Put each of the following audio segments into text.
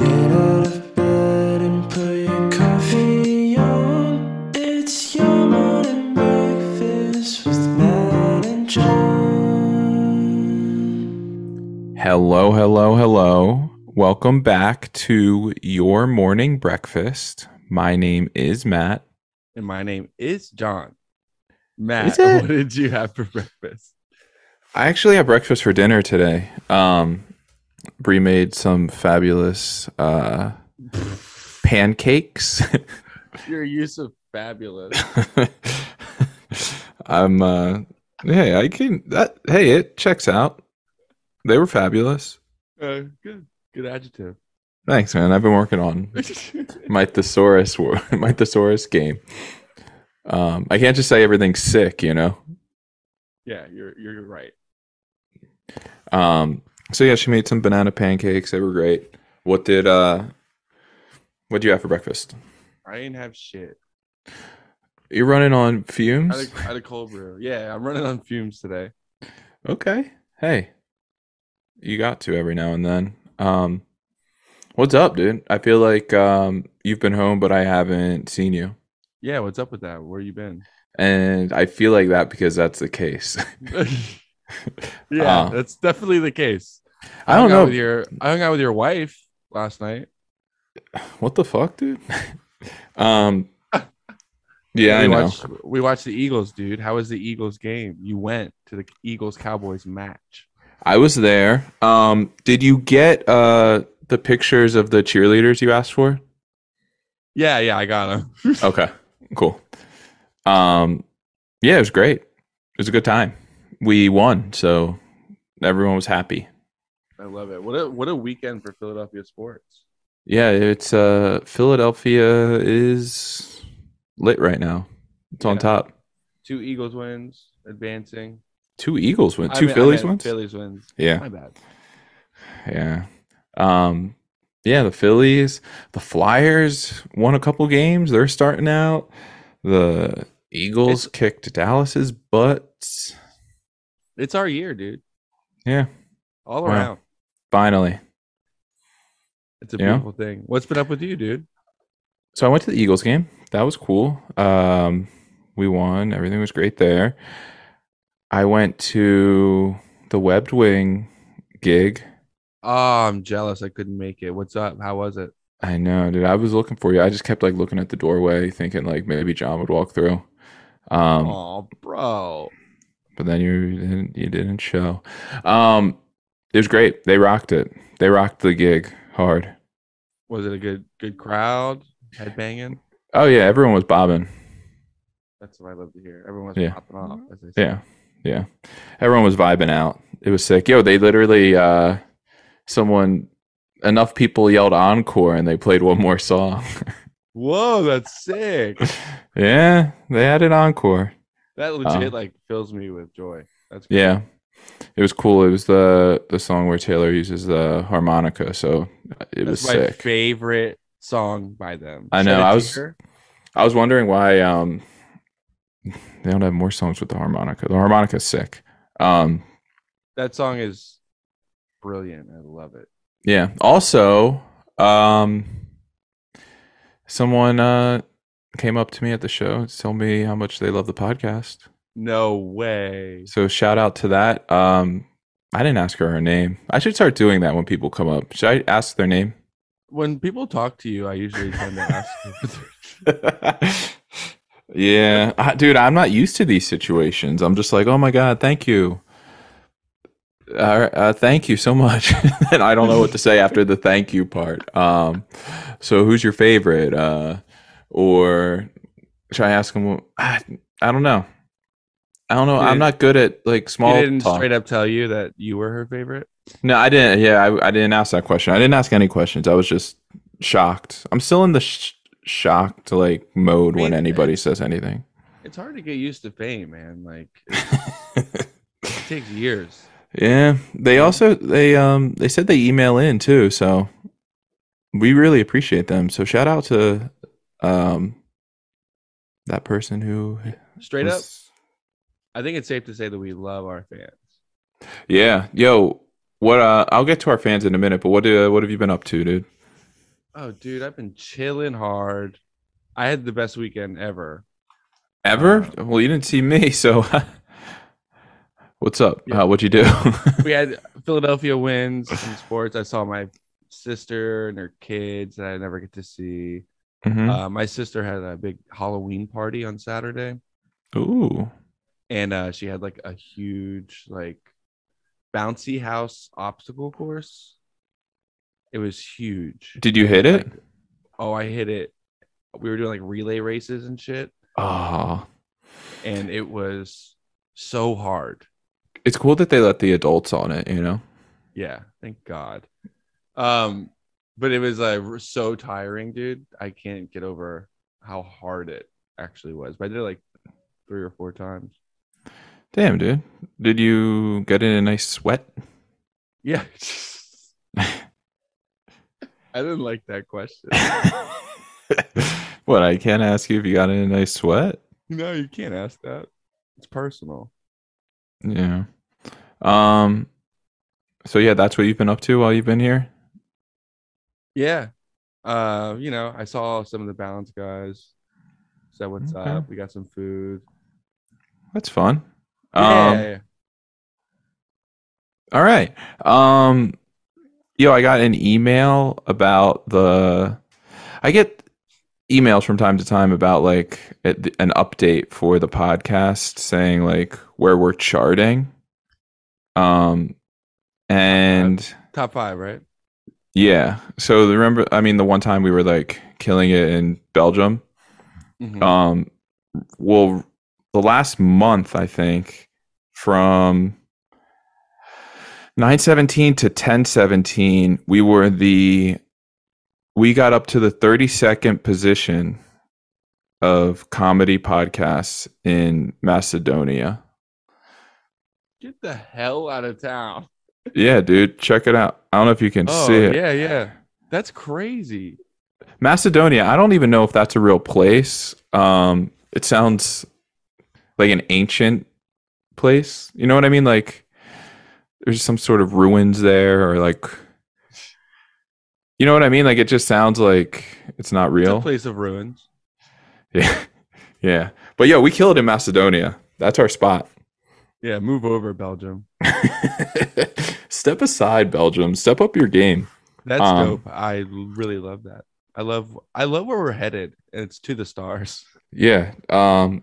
out of bed and put your coffee on. It's your morning breakfast with Matt and John. Hello, hello, hello. Welcome back to your morning breakfast. My name is Matt. and my name is John. Matt, it? what did you have for breakfast? I actually had breakfast for dinner today. Um, Brie made some fabulous uh, pancakes. Your use of fabulous. I'm, uh, hey, I can, that, hey, it checks out. They were fabulous. Uh, good, good adjective. Thanks, man. I've been working on my thesaurus, wor- my thesaurus game. Um, I can't just say everything's sick, you know? yeah, you're you're right. Um, so yeah, she made some banana pancakes. They were great. What did uh, what do you have for breakfast? I didn't have shit. You're running on I had, fumes. a, I had a cold brew. Yeah, I'm running on fumes today. Okay. Hey, you got to every now and then. Um, what's up, dude? I feel like um, you've been home, but I haven't seen you, Yeah, what's up with that? Where you been? and I feel like that because that's the case. yeah, Uh, that's definitely the case. I hung don't out know With your, I hung out with your wife last night. what the fuck, dude. um, yeah, I we know. Watched, we watched the Eagles, dude. How was the Eagles game? You went to the Eagles Cowboys match. I was there. Um, did you get uh, the pictures of the cheerleaders you asked for? Yeah, yeah, I got them. Okay, cool. Um, yeah, it was great. It was a good time. We won, so everyone was happy. I love it. What a what a weekend for Philadelphia sports. Yeah, it's uh, Philadelphia is lit right now. It's on Yeah. top. Two Eagles wins, advancing. Two Eagles win. I Two mean- I Phillies meant wins. Phillies wins. Yeah, My bad. yeah, um, yeah. The Phillies, the Flyers won a couple games. They're starting out. The Eagles kicked Dallas's butts. It's our year, dude. Yeah, All Wow. around. finally. It's a Yeah. beautiful thing. What's been up with you, dude? So I went to the Eagles game. That was cool. Um, we won. Everything was great there. I went to the Webbed Wing gig. Oh, I'm jealous. I couldn't make it. What's up? How was it? I know, dude. I was looking for you. I just kept like looking at the doorway, thinking like maybe John would walk through. Um, oh, bro. but then you didn't, you didn't show. Um, it was great. They rocked it. They rocked the gig hard. Was it a good good crowd? Headbanging. Oh yeah, everyone was bobbing. That's what I love to hear. Everyone's Yeah. popping off. As they say. Yeah. Yeah. Everyone was vibing out. It was sick. Yo, they literally uh someone enough people yelled encore and they played one more song. Whoa, that's sick. yeah, they had an encore. That legit Um, like fills me with joy. That's great. Yeah. It was cool. It was the the song where Taylor uses the harmonica, so it was That's my sick. favorite song by them. I Shed know, a I was- Tear. I was wondering why um they don't have more songs with the harmonica. The harmonica's sick. Um that song is brilliant. I love it. Yeah. Also, um, someone uh, came up to me at the show to tell me how much they love the podcast. No way. So shout out to that. Um, I didn't ask her her name. I should start doing that when people come up. Should I ask their name? When people talk to you, I usually tend to ask. you- yeah, I, dude, I'm not used to these situations. I'm just like, oh my god, thank you. Uh, uh, thank you so much, and I don't know what to say after the thank you part. Um, so who's your favorite? Uh, or should I ask him? I, I don't know. I don't know. You I'm didn't- not good at like small He didn't talk. straight up tell you that you were her favorite. No, I didn't. Yeah, I, I didn't ask that question. I didn't ask any questions. I was just shocked. I'm still in the sh- shocked like mode when mean, anybody says anything. It's hard to get used to fame, man. Like it takes years. yeah, they also they um they said they email in too, so we really appreciate them. So shout out to um that person who Straight up, was- I think it's safe to say that we love our fans. Yeah, yo, what? Uh, I'll get to our fans in a minute, but what? Uh, what have you been up to, dude? Oh, dude, I've been chilling hard. I had the best weekend ever. Ever? well, you didn't see me, so what's up? Yeah. Uh, what'd you do? We had Philadelphia wins in sports. I saw my sister and her kids that I never get to see. Mhm. Uh, my sister had a big Halloween party on Saturday, Ooh. and uh, she had like a huge like bouncy house obstacle course. It was huge. Did you hit it? Like, oh, I hit it. We were doing like relay races and shit, Oh. and it was so hard. It's cool that they let the adults on it, you know? Yeah, thank God. Um, but it was like r- so tiring, dude. I can't get over how hard it actually was. But I did it like three or four times. Damn, dude. Did you get in a nice sweat? Yeah. I didn't like that question. what, I can't ask you if you got in a nice sweat? No, you can't ask that. It's personal. Yeah. Um so yeah, that's what you've been up to while you've been here? Yeah. Uh, you know, I saw some of the balance guys. Said what's Okay. up. We got some food. That's fun. Um Yeah. All right. Um yo, I got an email about the I get emails from time to time about like a- an update for the podcast saying like where we're charting. Um and Top five, right? yeah. So the- remember I mean the one time we were like killing it in Belgium. Mhm. Um well the last month I think from 917 to 1017 we were the we got up to the 32nd position of comedy podcasts in Macedonia. Get the hell out of town. Yeah, dude, check it out. I don't know if you can Oh, see it. yeah, yeah. That's crazy. Macedonia, I don't even know if that's a real place. Um, it sounds like an ancient place. You know what I mean? Like there's some sort of ruins there or like you know what I mean? Like it just sounds like it's not It's a real. place of ruins. Yeah. Yeah. But yo, we killed in Macedonia. That's our spot. Yeah, move over, Belgium. Step aside, Belgium. Step up your game. That's Um, dope. I really love that. I love I love where we're headed. It's to the stars. Yeah. Um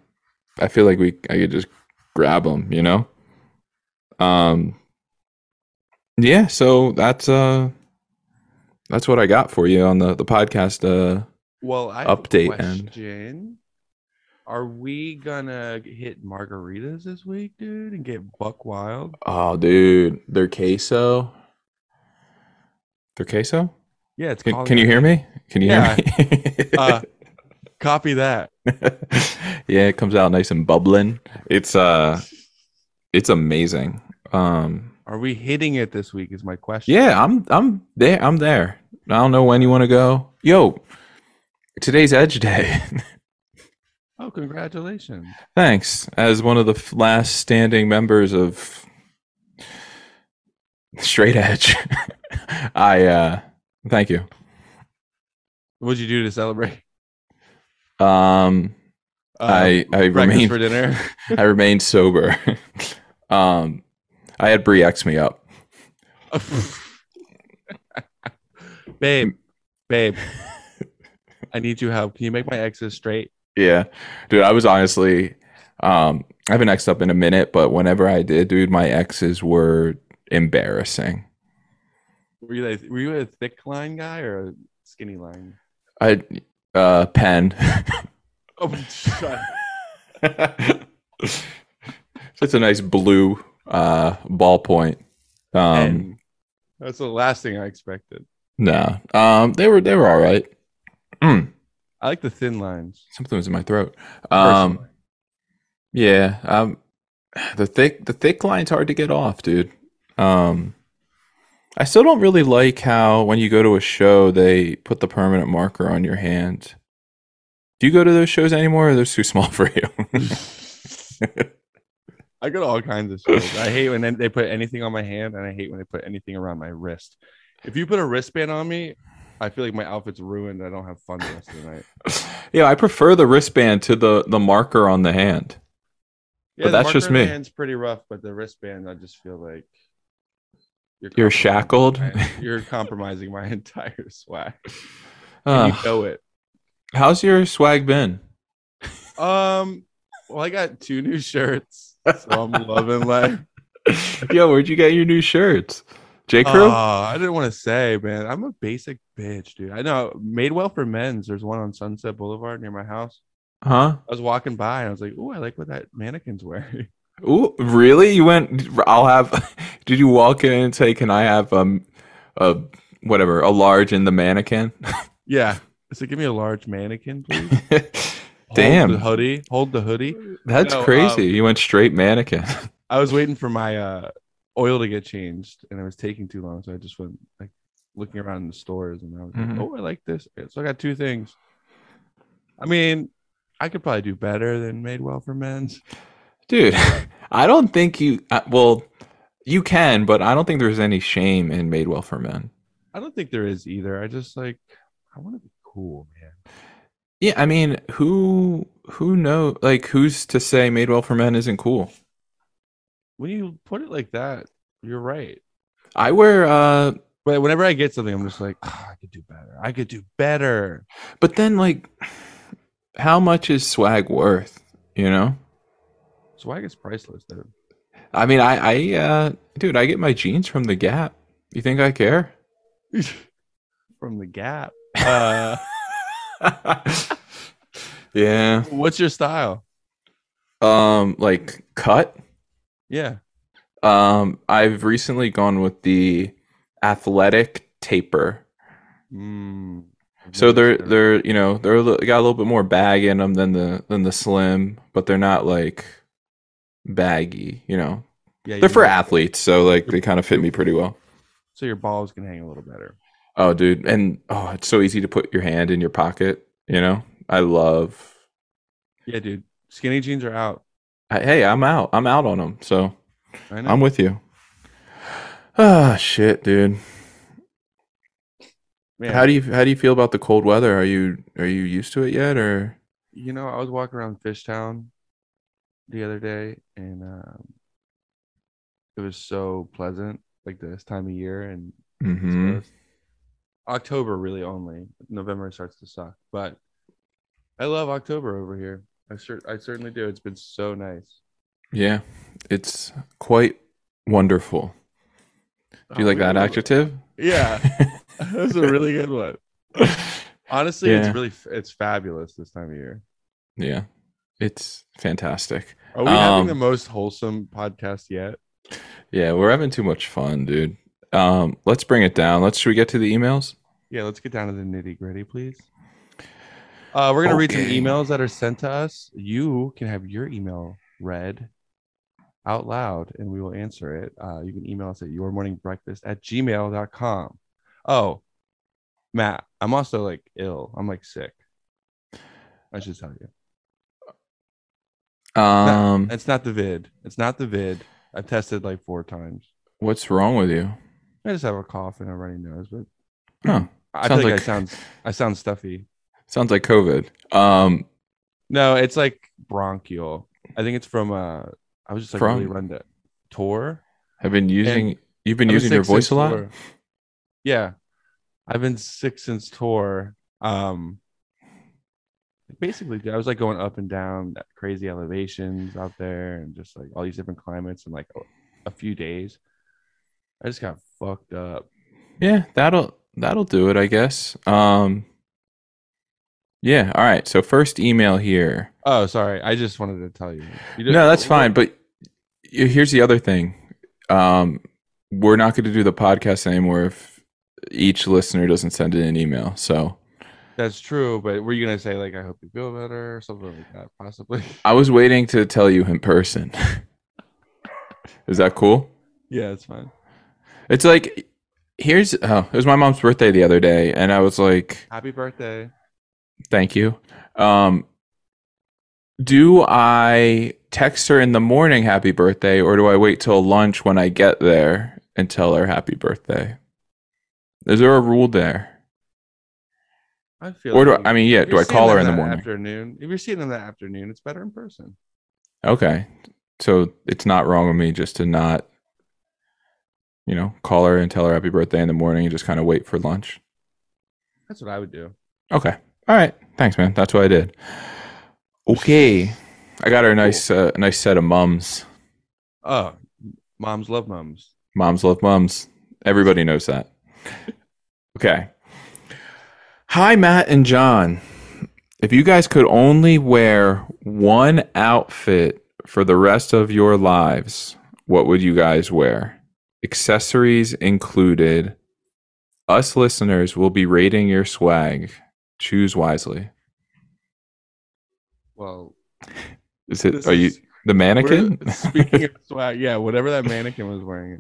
I feel like we I could just grab them, you know? Um Yeah, so that's uh that's what I got for you on the the podcast uh Well, I have a Update and- question. Are we gonna hit margaritas this week, dude, and get buck wild? Oh, dude, their queso. Their queso? Oh, Yeah, it's Can, called can you hear me? Can you Yeah. hear me? Uh, Copy that. yeah, it comes out nice and bubbling. It's uh it's amazing. Um Are we hitting it this week? Is my question. Yeah, I'm I'm there. I'm there. I don't know when you want to go. Yo, today's Edge Day. Oh, congratulations. Thanks. As one of the f- last standing members of Straight Edge, I uh thank you. What'd you do to celebrate? Um I I Uh, breakfast remain for dinner. I remain sober. um I had Brie X me up. babe, babe, I need your help. Can you make my exes straight? Yeah. Dude, I was honestly um I haven't exed up in a minute, but whenever I did, dude, my exes were embarrassing. Were you like, were you a thick line guy or a skinny line? I uh pen. Oh, shut. It's a nice blue uh ballpoint. Um And That's the last thing I expected. no. Um they were they were all right. Mm, I like the thin lines. something was in my throat. Um personally. yeah, um the thick the thick line's hard to get off, dude. Um I still don't really like how when you go to a show they put the permanent marker on your hand. Do you go to those shows anymore or are those too small for you? I go to all kinds of shows. I hate when they put anything on my hand, and I hate when they put anything around my wrist. If you put a wristband on me, I feel like my outfit's ruined. I don't have fun the rest of the night. Yeah, I prefer the wristband to the the marker on the hand. Yeah, But the that's just marker in the me. Hand's pretty rough, but the wristband, I just feel like You're compromising shackled? my- you're compromising my entire swag. And Ugh. you know it. how's your swag been? Um, well, I got two new shirts, so I'm loving life. Yo, where'd you get your new shirts? J Crew. Uh, I didn't want to say, man. I'm a basic bitch, dude. I know Madewell for men's. There's one on Sunset Boulevard near my house. huh? I was walking by and I was like, "Ooh, I like what that mannequin's wearing." Ooh, really? You went? I'll have. Did you walk in and say, "Can I have um, a whatever, a large in the mannequin"? yeah. So give me a large mannequin, please. Hold Damn. the hoodie. Hold the hoodie. That's No, crazy. um, you went straight mannequin. I was waiting for my uh, oil to get changed, and it was taking too long, so I just went like looking around in the stores, and I was Mhm. like, "Oh, I like this." So I got two things. I mean, I could probably do better than Madewell for men's. Dude, I don't think you. I- Well, you can, but I don't think there's any shame in Madewell for men. I don't think there is either. I just like I want to be cool, man. Yeah, I mean, who who know? Like, who's to say Madewell for men isn't cool? When you put it like that, you're right. I wear. uh But whenever I get something, I'm just like, "Ah, I could do better. I could do better. But then, like, how much is swag worth? You know. Swag is priceless, dude. I mean, I, I, uh, dude, I get my jeans from the Gap. You think I care? From the Gap. Uh, yeah. what's your style? Um, like cut. Yeah. Um, I've recently gone with the athletic taper. Mm, So what they're is that? they're you know they're a li- got a little bit more bag in them than the than the slim, but they're not like baggy. You know, yeah, they're you for know. athletes, so like they kind of fit me pretty well. So your balls can hang a little better. Oh, dude, and oh, it's so easy to put your hand in your pocket. You know, I love. Yeah, dude. Skinny jeans are out. I, hey, I'm out. I'm out on them. So I know. I'm with you. Ah, shit, dude. Man, How do you how do you feel about the cold weather? Are you are you used to it yet, or you know, I was walking around Fishtown the other day and um, it was so pleasant, like this time of year. And it's Mhm. just- October, really only. November starts to suck. But I love October over here. I, cer- I certainly do. It's been so nice. yeah, it's quite wonderful. Do you like that adjective? Oh, Yeah. That's a really good one. Honestly, Yeah. it's really f- it's fabulous this time of year. yeah, it's fantastic. Are we having the Um, most wholesome podcast yet? Yeah, we're having too much fun, dude. Um, let's bring it down. Let's should we get to the emails? Yeah, let's get down to the nitty gritty, please. Uh, we're gonna read some Okay. emails that are sent to us. You can have your email read out loud and we will answer it. Uh, you can email us at yourmorningbreakfast at gmail.com. Oh, Matt, I'm also like ill. I'm like sick. I should tell you. Um, It's not the vid. It's not the vid. I've tested like four times. what's wrong with you? I just have a cough and a runny nose, but No, I Sounds feel like, like- I sound I sound stuffy. sounds like COVID. Um, No, it's like bronchial. I think it's from uh I was just like really From? run to tour. I've been using. you've been I've using sick your voice since a lot. tour. Yeah. I've been sick since tour. Um basically dude, I was like going up and down at crazy elevations out there and just like all these different climates in like a- a few days. I just got fucked up. Yeah, that'll that'll do it, I guess. Um, yeah. All right. So first email here. Oh, sorry. I just wanted to tell you. You did- No, that's what- fine. But y- here's the other thing. Um, we're not going to do the podcast anymore if each listener doesn't send in an email. So That's true, but were you gonna say like I hope you feel better or something like that, possibly? I was waiting to tell you in person. Is that cool? yeah, it's fine. It's like here's oh, it was my mom's birthday the other day, and I was like. Happy birthday. Thank you. Um, do I text her in the morning happy birthday or do I wait till lunch when I get there and tell her happy birthday? Is there a rule there? I feel. Or do like I, I you- mean, yeah, if do you're I call seeing her in them the that morning? Afternoon. If you're seeing them that afternoon, it's better in person. Okay. So it's not wrong with me just to not, you know, call her and tell her happy birthday in the morning and just kind of wait for lunch. That's what I would do. Okay. All right. Thanks, man. That's what I did. Okay. I got her a nice, uh, a nice set of mums. Oh, moms love moms. Moms love mums. Everybody knows that. Okay. Hi, Matt and John. If you guys could only wear one outfit for the rest of your lives, what would you guys wear? Accessories included. Us listeners will be rating your swag. Choose wisely. Well, Is it? this are you is- the mannequin? we're- Speaking of swag, yeah, whatever that mannequin was wearing.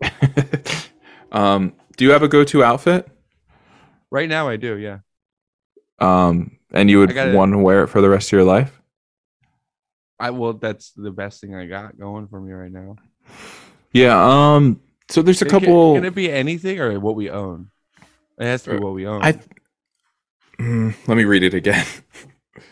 um, do you have a go-to outfit? Right now, I do. Yeah, um, and you would I gotta- want to wear it for the rest of your life. I well, that's the best thing I got going for me right now. Yeah. Um. So there's a It can- couple. Can, it be anything or what we own? It has to be Uh, what we own. I. Mm, let me read it again.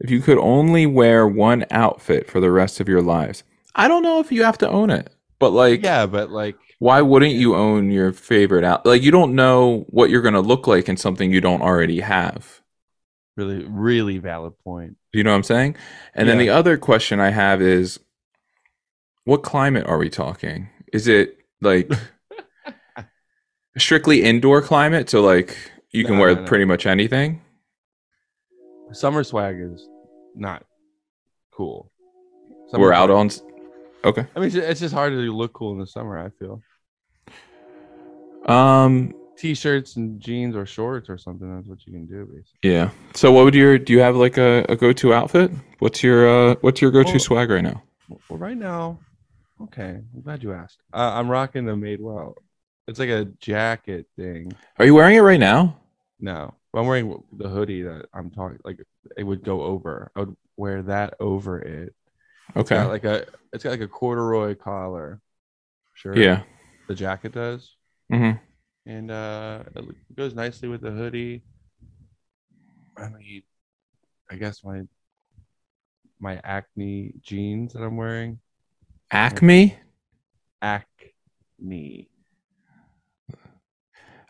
if you could only wear one outfit for the rest of your lives, I don't know if you have to own it, but like, yeah, but like, why wouldn't you own your favorite out? Like, you don't know what you're gonna look like in something you don't already have. really, really valid point. You know what I'm saying? And then Yeah. the other question I have is what climate are we talking? Is it like strictly indoor climate? So like you can No, wear no, no. pretty much anything? Summer swag is not cool. Summer We're out swag- on s- Okay. I mean, it's ju- it's just hard to look cool in the summer. I feel Um t-shirts and jeans or shorts or something. That's what you can do. Basically. yeah. So what would your do you have like a, a go to outfit? What's your uh what's your go to Well- swag right now? Well, well, right now, okay. I'm glad you asked. Uh, I'm rocking the made well. It's like a jacket thing. Are you wearing it right now? No, but I'm wearing the hoodie that I'm talking. Like it would go over. I would wear that over it. It's Okay. got like a. It's got like a corduroy collar. Sure. yeah. The jacket does, Mhm. and uh, it lo- goes nicely with the hoodie. I mean, I guess my my acne jeans that I'm wearing. Acme? Acne.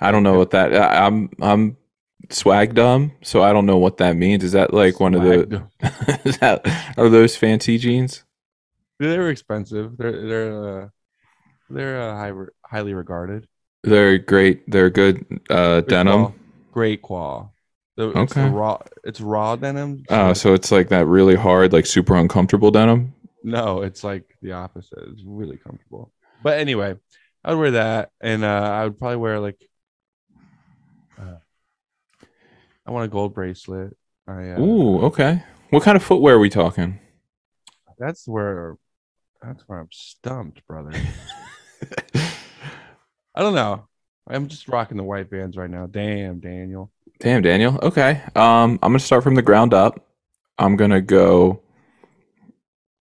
I don't know what that I, I'm I'm swag dumb, so I don't know what that means. Is that like one of the Swag dumb. Is that, are those fancy jeans? They're expensive. They're they're uh, they're uh, high, highly regarded. They're great. They're good uh, Great denim. qual- Great qual. The, It's the Okay. raw. It's raw denim. Uh, it's- so it's like that really hard, like super uncomfortable denim. no, it's like the opposite. It's really comfortable. But anyway, I'd wear that, and uh, I would probably wear like. Uh, I want a gold bracelet. I, uh, Ooh, okay. What kind of footwear are we talking? That's where. That's where I'm stumped, brother. I don't know. I'm just rocking the white bands right now. Damn, Daniel. Damn, Daniel. Okay. Um, I'm gonna start from the ground up. I'm gonna go.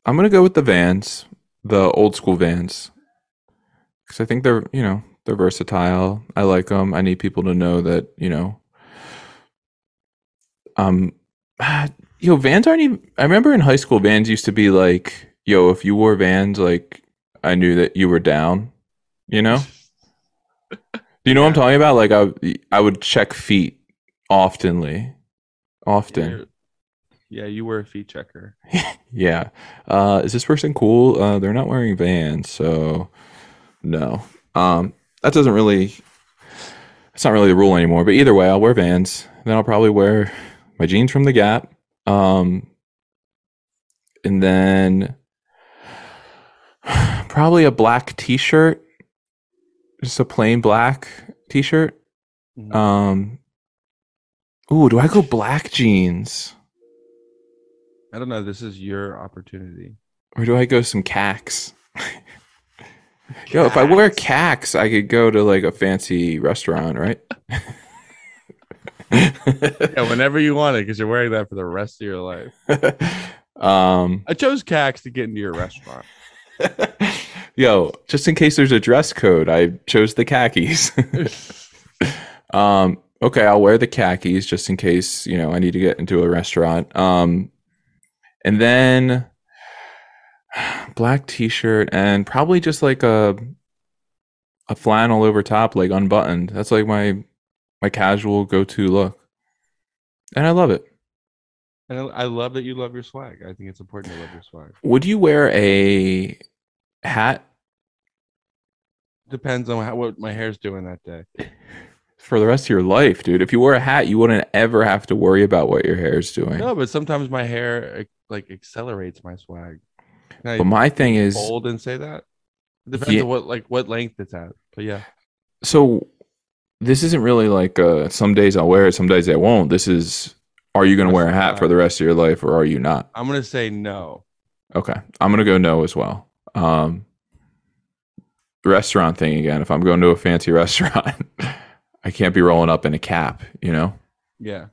I'm gonna go with the Vans, the old school Vans, because I think they're you know they're versatile. I like them. I need people to know that you know. Um, yo, Vans aren't even. I remember in high school, Vans used to be like, yo, if you wore Vans, like I knew that you were down. You know. Do you know what I'm talking about? Like I, I would check feet oftenly, often. You're- Yeah, you were a fee checker. Yeah. Uh, is this person cool? Uh, they're not wearing Vans, so no. Um, that doesn't really. It's not really the rule anymore. But either way, I'll wear Vans. Then I'll probably wear my jeans from the Gap. Um, and then probably a black T-shirt, just a plain black T-shirt. Um. Ooh, do I go black jeans I don't know. This is your opportunity. or do I go some cacs? Yo, if I wear cacs, I could go to like a fancy restaurant, right? Yeah, whenever you want it, because you're wearing that for the rest of your life. um, I chose Cax to get into your restaurant. yo, just in case there's a dress code, I chose the khakis. um, okay, I'll wear the khakis just in case, you know, I need to get into a restaurant. Um, and then black t-shirt and probably just like a a flannel over top, like unbuttoned. That's like my my casual go-to look. And I love it. And I, I love that you love your swag. I think it's important to love your swag. Would you wear a hat Depends on how, what my hair's doing that day. for the rest of your life, dude? If you wore a hat, you wouldn't ever have to worry about what your hair is doing. No, but sometimes my hair eh, like accelerates my swag. Can I But my thing be is, bold and say that? It depends Yeah. on what like what length it's at. But yeah, so this isn't really like uh, some days I'll wear it, some days I won't. This is, are you going to wear a hat for the rest of your life or are you not? I'm gonna say no. Okay. I'm going to go no as well. Um, restaurant thing again. If I'm going to a fancy restaurant, I can't be rolling up in a cap, you know? Yeah.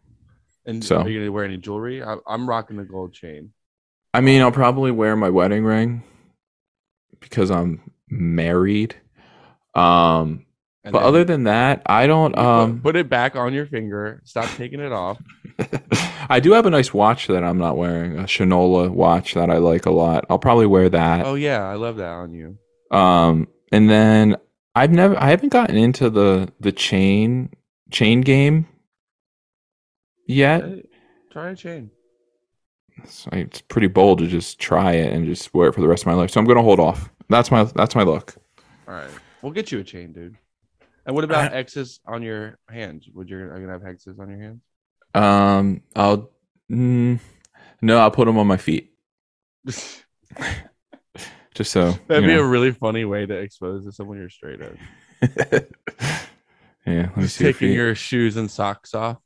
And So. are you gonna wear any jewelry? I, I'm rocking the gold chain. I mean, I'll probably wear my wedding ring because I'm married. Um, And but then other than that, I don't. you put- Um, put it back on your finger. Stop taking it off. I do have a nice watch that I'm not wearing, a Shinola watch that I like a lot. I'll probably wear that. Oh yeah, I love that on you. Um, and then I've never, I haven't gotten into the the chain chain game yet. Eh, Try a chain. It's, it's pretty bold to just try it and just wear it for the rest of my life. So I'm gonna hold off. That's my that's my look. All right, we'll get you a chain, dude. And what about X's on your hands? Would you are you gonna have X's on your hands? Um, I'll mm, no, I'll put them on my feet just so That'd you be a know. really funny way to expose to someone you're straight up. yeah. Let me Just see your taking feet. your shoes and socks off.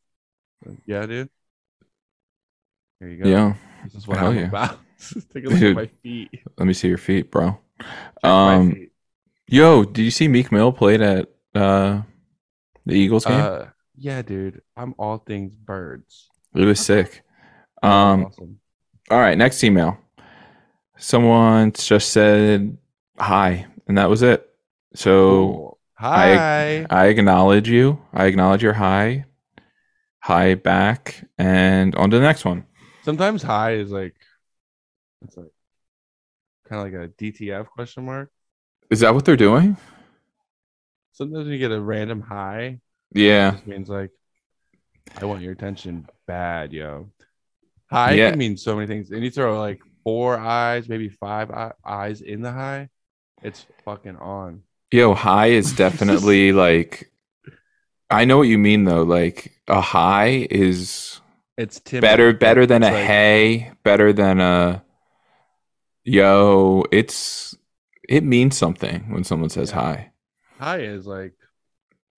Yeah, dude. There you go. yeah. This is what Hell I'm yeah. about. Take a look Dude. at my feet. Check Let me see your feet, bro. my Um, feet. Yo, did you see Meek Mill played at uh the Eagles game? Uh, yeah, dude. I'm all things birds. it was sick. That was Um, awesome. all right, next email. Someone just said hi, and that was it. So Cool. I- hi. I acknowledge you. I acknowledge your hi, hi back, and on to the next one. Sometimes high is like, it's like kind of like a DTF question mark. Is that what they're doing? Sometimes you get a random high. Yeah, Just means like, I want your attention bad, yo. High Yeah. can mean so many things. And you throw like four eyes, maybe five eye- eyes in the high. It's fucking on. Yo, high is definitely like I know what you mean though. Like a high is It's timid. better better than a It's like- hey, better than a yo, it's it means something when someone says Yeah. hi. High is like.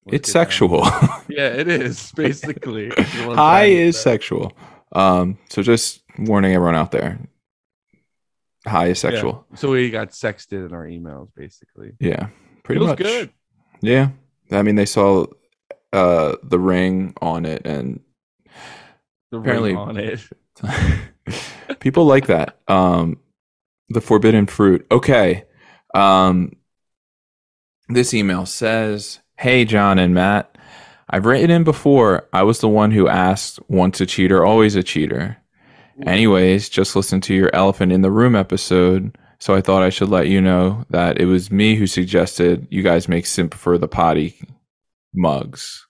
let's It's get down. sexual. Yeah, it is basically. If you wanna high find it, is but- sexual. Um so just warning everyone out there. High is Yeah. sexual. So we got sexted in our emails, basically. Yeah. pretty Feels much. good. Yeah. I mean they saw uh the ring on it and The ring Apparently- on it. People like that. Um, the forbidden fruit. Okay. Um, this email says, "Hey John and Matt, I've written in before. I was the one who asked, once a cheater, always a cheater. Anyways, just listened to your elephant in the room episode, so I thought I should let you know that it was me who suggested you guys make simp for the potty mugs.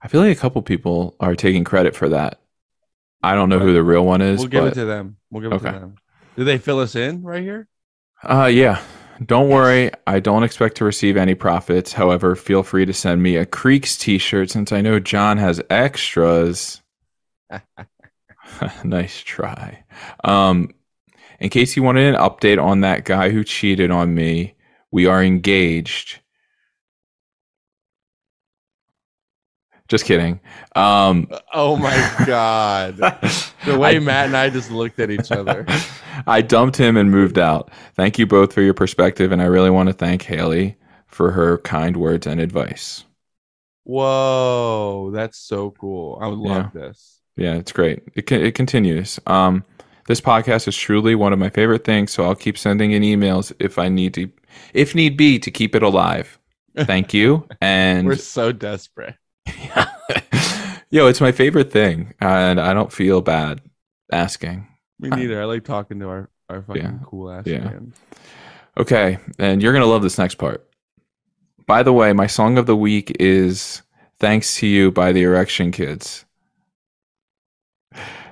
I feel like a couple people are taking credit for that. I don't know who the real one is, We'll give but it to them. We'll give it Okay. to them. Do they fill us in right here? Uh, yeah. Don't worry. I don't expect to receive any profits. However, feel free to send me a Creeks t shirt since I know John has extras. nice try. Um, in case you wanted an update on that guy who cheated on me, we are engaged. Just kidding. Um, Oh my god. The way I- Matt and I just looked at each other. I dumped him and moved out. Thank you both for your perspective, and I really want to thank Haley for her kind words and advice. Whoa, that's so cool. I would love this. Yeah, it's great. It con- it continues. Um, this podcast is truly one of my favorite things, so I'll keep sending in emails if I need to, if need be, to keep it alive. Thank you, We're and so desperate. Yo, it's my favorite thing, and I don't feel bad asking. Me Huh. neither. I like talking to our, our fucking Yeah. cool ass Yeah. man. Okay, and you're gonna love this next part. By the way, my song of the week is "Thanks to You" by the Erection Kids.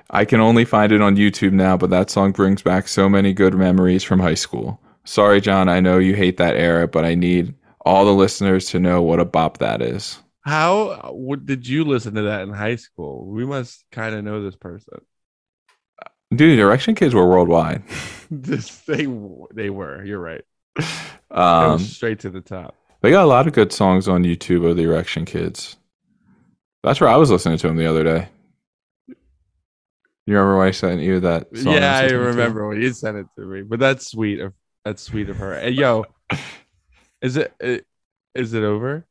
I can only find it on YouTube now, but that song brings back so many good memories from high school. Sorry, John, I know you hate that era, but I need all the listeners to know what a bop that is. How what, did you listen to that in high school? We must kind of know this person. Dude, Erection Kids were worldwide. Just, they w- they were. You're right. They were Um, straight to the top. They got a lot of good songs on YouTube of the Erection Kids. That's where I was listening to them the other day. You remember when I sent you that? Song yeah, I was listening to? remember when you sent it to me. But that's sweet of that's sweet of her. And yo, is it i- is it over?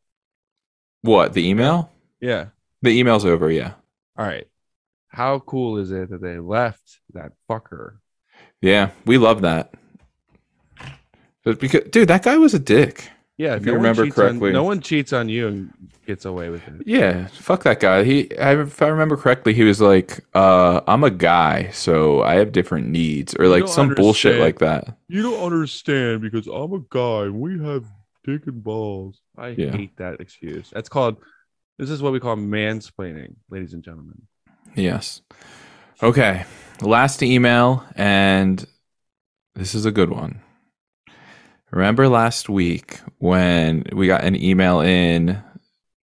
What the email? Yeah. The email's over. Yeah, All right. How cool is it that they left that fucker? yeah, we love that. But because, dude, that guy was a dick. Yeah, If you remember cheats on- correctly. no one cheats on you and gets away with it. Yeah, fuck that guy. He, I, if I remember correctly, he was like, uh, "I'm a guy, so I have different needs," or You like don't some bullshit understand. like that. You don't understand because I'm a guy and we have dick and balls. I Yeah. hate that excuse. That's called this is what we call mansplaining, ladies and gentlemen. Yes. Okay. Last email, and this is a good one. Remember last week when we got an email in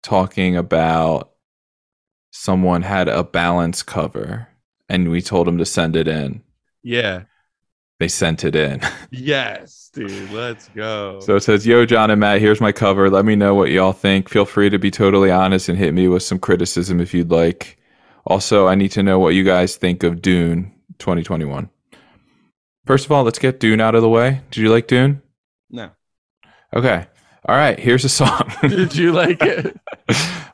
talking about someone had a balance cover and we told them to send it in? Yeah. They sent it in. Yes, dude. Let's go. So it says, Yo, John and Matt, here's my cover. Let me know what y'all think. Feel free to be totally honest and hit me with some criticism if you'd like. Also, I need to know what you guys think of Dune 2021. First of all, let's get Dune out of the way. Did you like Dune? no. Okay. All right. Here's a song. Did you like it?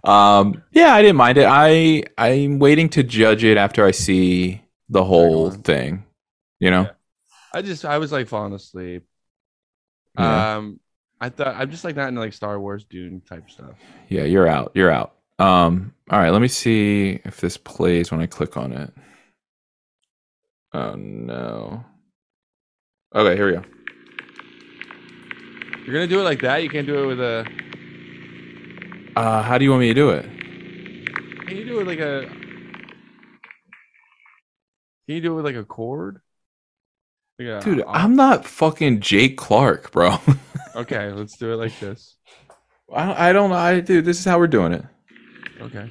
um, yeah, I didn't mind it. I I'm waiting to judge it after I see the whole Second one. thing. You know? I just I was like falling asleep. Yeah. Um I thought I'm just like not into like Star Wars Dune type stuff. yeah, you're out. You're out. Um, all right, let me see if this plays when I click on it. Oh no. Okay, here we go. You're gonna do it like that? You can't do it with a Uh, how do you want me to do it? can you do it like a can you do it with like a chord? Yeah. Dude, I'm not fucking Jake Clark, bro. okay, let's do it like this. I don't I don't know. I dude, this is how we're doing it. Okay.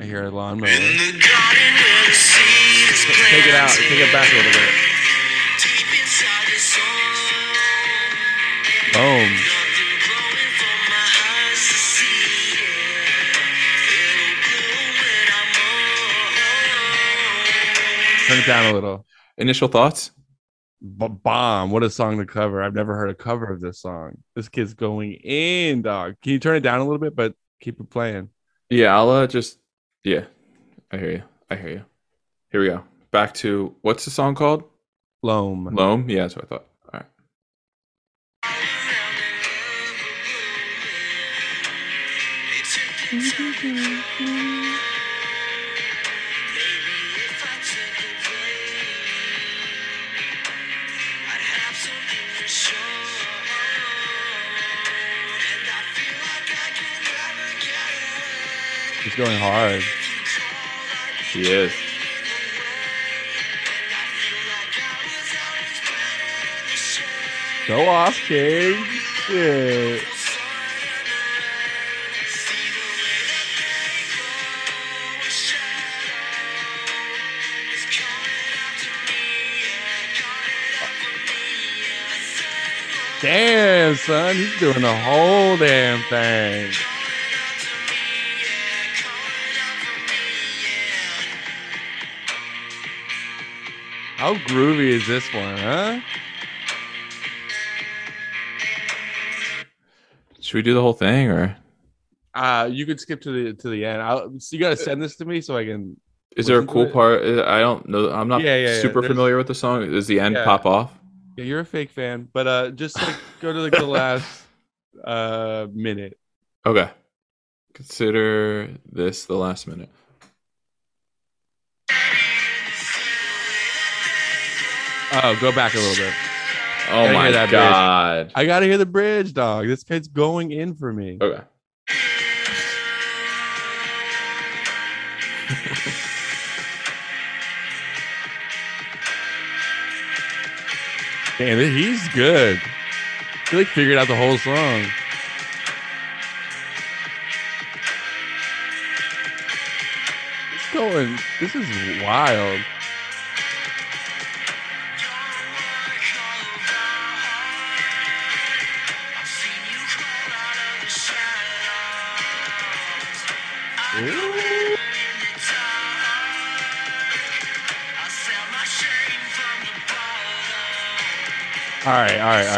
I hear a lawnmower. In the garden where the seed is Take it out, take it back a little bit. planted deep inside the soil. Boom. Nothing growing from my eyes to see it. It'll bloom when I'm old. Turn it down a little. Initial thoughts? B- bomb. What a song to cover. I've never heard a cover of this song. This kid's going in, dog. Can you turn it down a little bit, but keep it playing? Yeah, I'll uh, just yeah. I hear you. I hear you. Here we go. Back to what's the song called? Loam. Loam? Yeah, that's what I thought. All right. Around and love will bloom in. It took the time to come. Maybe if I took a break, I'd have something for sure. And I feel like I can never get it. He's going hard. He is. Go off, King. Shit. Damn, son. He's doing the whole damn thing. How groovy is this one, huh? Should we do the whole thing or Uh, you could skip to the to the end. I'll, so you gotta send this to me so I can Is there a listen to cool it. part? Uh, I don't know. I'm not Yeah, yeah, yeah. super There's- familiar with the song. Does the end Yeah. pop off? Yeah, you're a fake fan, but uh, just like go to like the last uh, minute. Okay. Consider this the last minute. Oh, go back a little bit. Oh Gotta my hear that, god. I gotta hear the bridge, dog. This kid's going in for me. Okay. Damn, he's good. He like figured out the whole song. It's going. This is wild. Ooh. All right, all right, all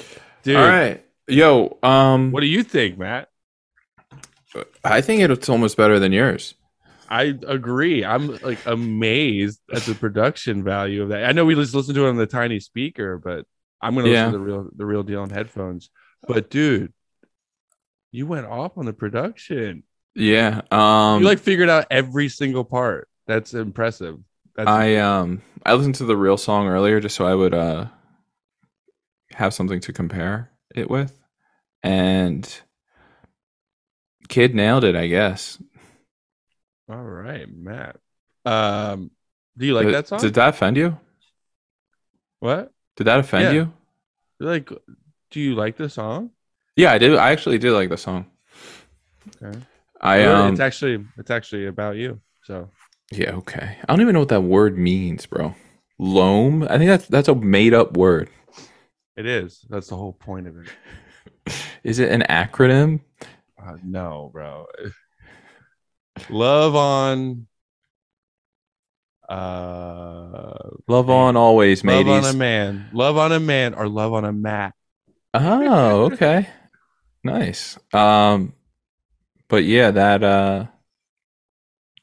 right, dude. All right. Yo, um What do you think, Matt? I think it's almost better than yours. I agree. I'm like amazed at the production value of that. I know we just listened to it on the tiny speaker, but I'm gonna Yeah. listen to the real the real deal on headphones. But dude, you went off on the production. Yeah. Um you like figured out every single part. That's impressive. That's I um I listened to the real song earlier just so I would uh have something to compare it with. And kid nailed it, I guess. all right, Matt. Um, do you like Did- that song? Did that offend you? what? Did that offend Yeah. you? Like, do you like the song? Yeah, I did. I actually did like the song. Okay. I um, it's actually it's actually about you. So yeah, okay. I don't even know what that word means, bro. Loam? I think that's that's a made up word. it is. That's the whole point of it. Is it an acronym? Uh, no, bro. Love on. Uh, Love on always, love on a mateys. man. Love on a man or love on a mat. Oh, okay. nice. Um but yeah, that uh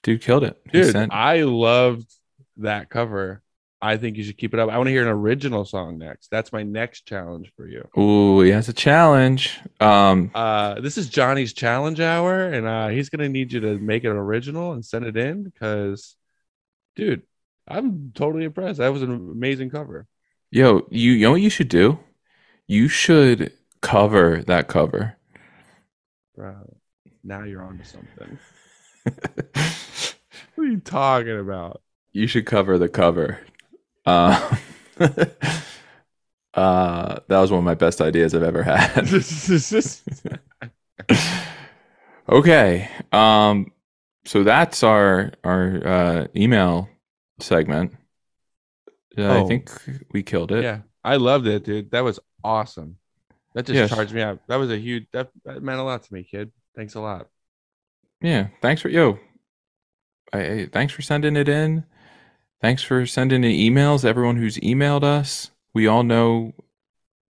dude killed it. He Dude, sent- I loved that cover. I think you should keep it up. I want to hear an original song next. That's my next challenge for you. Ooh, he has a challenge. Um Uh, this is Johnny's challenge hour, and uh, he's gonna need you to make an original and send it in because, dude, I'm totally impressed. That was an amazing cover. yo, you, you know what you should do? You should cover that cover. Bro, now you're onto something. What are you talking about? you should cover the cover. Uh, uh, that was one of my best ideas I've ever had. This is just- okay, um, so that's our our uh, email segment. Yeah, I Oh. think we killed it. yeah, I loved it, dude. That was awesome. That just Yes. charged me up. That was a huge. That, that meant a lot to me, kid. Thanks a lot. Yeah, Thanks for yo. I, I- thanks for sending it in. Thanks for sending in emails. Everyone who's emailed us, we all know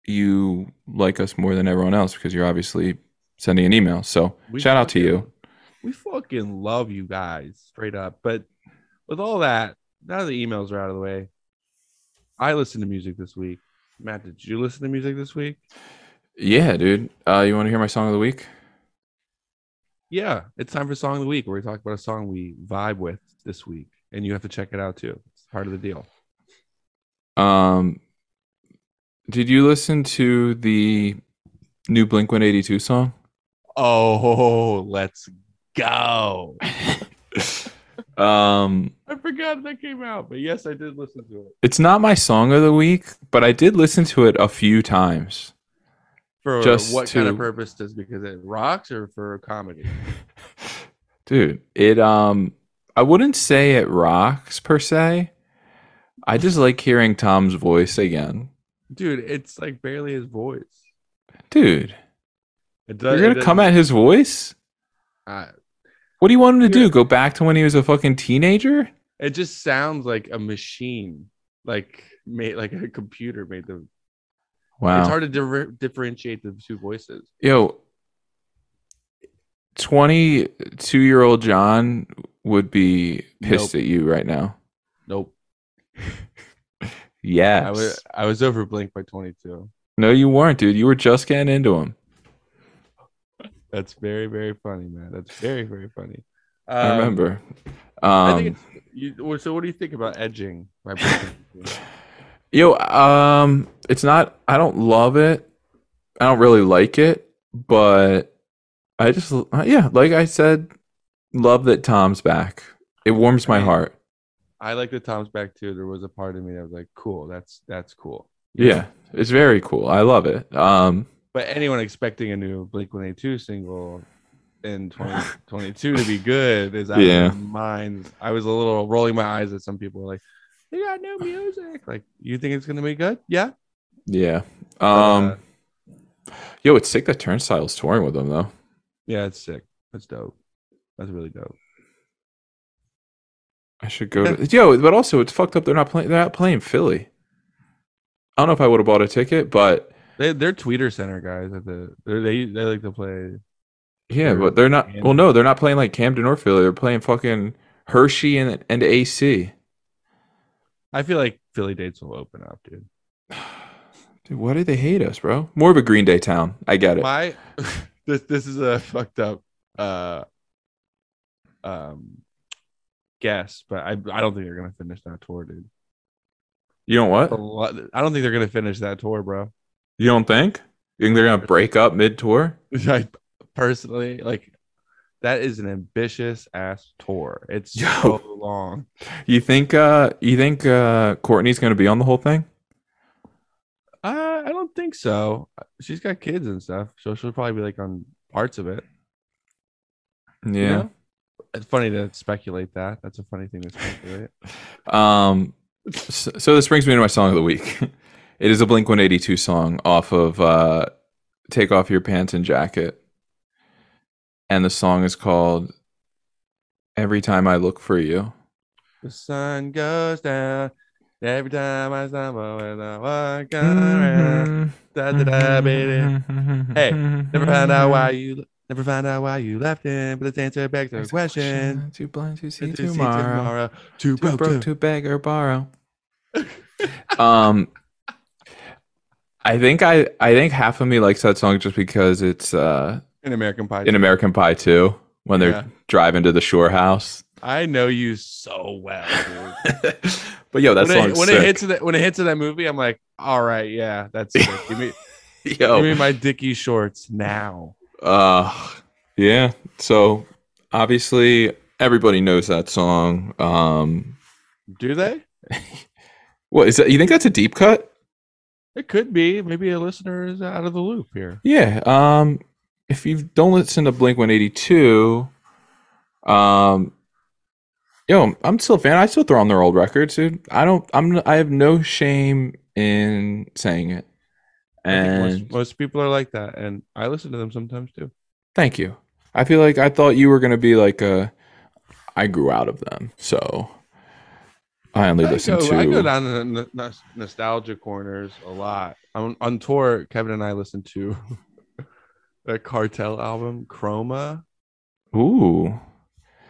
you like us more than everyone else because you're obviously sending an email. So We shout out to fucking- you. We fucking love you guys, straight up. But with all that, now the emails are out of the way. I listened to music this week. Matt, did you listen to music this week? Yeah, dude. Uh, you want to hear my song of the week? Yeah, it's time for song of the week, where we talk about a song we vibe with this week, and you have to check it out too. It's part of the deal. Um, did you listen to the new Blink One Eighty Two song? Oh, let's go. Um, I forgot that came out, but yes, I did listen to it. it's not my song of the week, but I did listen to it a few times. For Just what kind of to- purpose does because it rocks or for comedy? Dude, it um I wouldn't say it rocks per se. I just like hearing Tom's voice again. Dude, it's like barely his voice. Dude, It you're going to come at his voice? I- What do you want him to do? Dude. Go back to when he was a fucking teenager? it just sounds like a machine, like made like a computer made the. Wow. It's hard to differ- differentiate the two voices. Yo, 22-year-old John would be pissed Nope. at you right now. Nope. Yes. I was I was over Blink by twenty two. No, you weren't, dude. You were just getting into him. That's very, very funny, man. That's very, very funny. Um, I remember. I Um, think it's, you, well, so what do you think about edging? By breaking people? Yo, um, it's not. I don't love it. I don't really like it, but I just, uh, yeah, like I said, love that Tom's back. It warms my Right. heart. I like the Tom's back too. There was a part of me that was like, cool, that's that's cool. Yeah, it's very cool. I love it. Um, But anyone expecting a new Blink 182 single in 2022 to be good is out Yeah. of their minds. I was a little rolling my eyes at some people like, they got new music. Like, you think it's going to be good? Yeah. yeah. Um, yo, it's sick that Turnstile's touring with them though. Yeah, it's sick. That's dope. That's really dope. I should go to yo, but also it's fucked up. They're not playing. They're not playing Philly. I don't know if I would have bought a ticket, but They, they're Tweeter Center guys. At the they're- they they like to play. yeah, They're but they're not. Camden. Well, no, they're not playing like Camden or Philly. They're playing fucking Hershey and and AC. I feel like Philly dates will open up, dude. Dude, why do they hate us, bro? More of a Green Day town. I get it. My this this is a fucked up uh um guess, but I I don't think they're gonna finish that tour, dude. You know A what? lot, I don't think they're gonna finish that tour, bro. You don't think? You think they're gonna break up mid tour? I personally like that is an ambitious ass tour. It's Yo. so long. You think? uh You think uh Courtney's gonna be on the whole thing? Uh, I don't think so. She's got kids and stuff, so she'll probably be like on parts of it. Yeah. you know? It's funny to speculate that. That's a funny thing to speculate. Um, so, so this brings me to my song of the week. It is a Blink 182 song off of uh, Take Off Your Pants and Jacket. And the song is called Every Time I Look For You. the sun goes down every time I stumble and I walk Mm-hmm. around. Hey, Da, da, da, baby. Mm-hmm. Hey, Never found out why you never found out why you left him, but let's answer back to the question. Too blind to see Let's see tomorrow. Too Too broke broke to- to beg or borrow. um, I think I I think half of me likes that song just because it's uh in American Pie. in American Pie too when they're Yeah. driving to the shore house. I know you so well, dude. but yo, that when song it, when it hits that when it hits in that movie, I'm like, all right, yeah, that's sick. give me give me yo, my dicky shorts now. uh, yeah. So obviously everybody knows that song. Um, Do they? what is that? You think that's a deep cut? It could be. Maybe a listener is out of the loop here. Yeah. Um, if you don't listen to Blink One Eighty Two, um. Yo, I'm still a fan. I still throw on their old records, dude. I don't. I'm. I have no shame in saying it. I think And most, most people are like that, and I listen to them sometimes too. Thank you. I feel like I thought you were gonna be like uh I grew out of them, so I only I listen go, to. I go down in the no- nostalgia corners a lot. On, on tour, Kevin and I listen to the Cartel album Chroma, Ooh,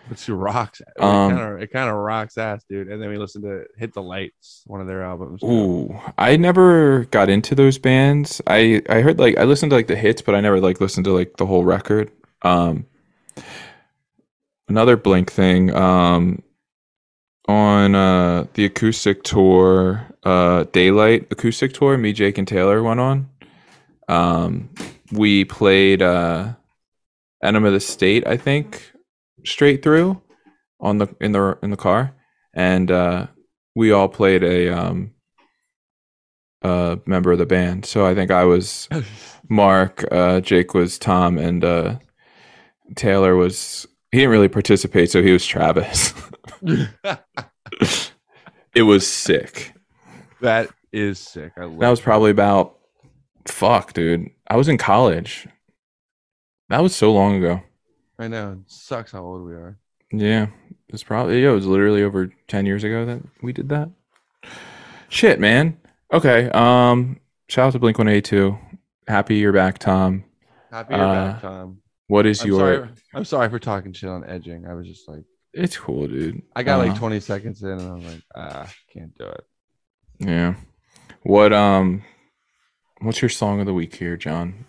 which rocks. Um, it kind of it kind of rocks ass, dude. And then we listen to Hit the Lights, one of their albums. ooh. I never got into those bands. I I heard like I listened to like the hits, but I never like listened to like the whole record. Um, another Blink thing. Um, on uh the acoustic tour, uh, Daylight acoustic tour, me, Jake, and Taylor went on. Um, we played uh Enema of the State, I think, straight through on the in the in the car, and uh, we all played a um, a uh, member of the band. So I think I was Mark, uh, Jake was Tom, and uh, Taylor was. He didn't really participate, so he was Travis. it was sick. that is sick. I love. That was probably about fuck, dude. I was in college. That was so long ago. I know. It sucks how old we are. Yeah, it's probably yeah, it was literally over ten years ago that we did that. Shit, man. Okay. Um, shout out to Blink One Eight Two. Happy you're back, Tom. Happy you're Uh, back, Tom. What is I'm your? sorry. I'm sorry for talking shit on edging. I was just like, It's cool, dude. I got Uh, like 20 seconds in, and I'm like, ah, can't do it. Yeah. What um, What's your song of the week here, John?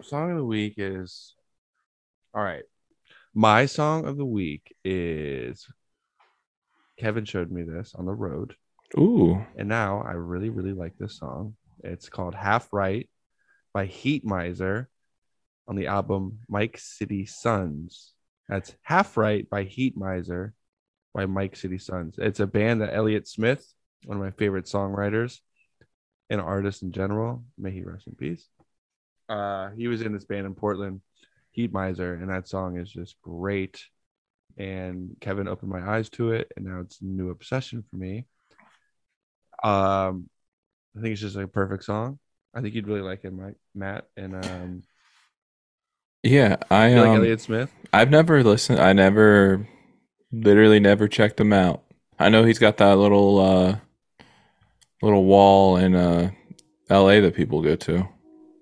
Song of the week is all right. My song of the week is Kevin showed me this on the road, Ooh, and now I really, really like this song. It's called Half Right by Heat Miser on the album Mike City Sons. That's Half Right by Heat Miser by Mike City Sons. It's a band that Elliott Smith, one of my favorite songwriters and artists in general, may he rest in peace. Uh, he was in this band in Portland, Heat Miser, and that song is just great. And Kevin opened my eyes to it, and now it's a new obsession for me. Um, I think it's just a perfect song. I think you'd really like it, Mike, Matt, and um, yeah, I you like um, Elliott Smith. I've never listened. I never, literally, never checked him out. I know he's got that little uh, little wall in uh, L.A. that people go to.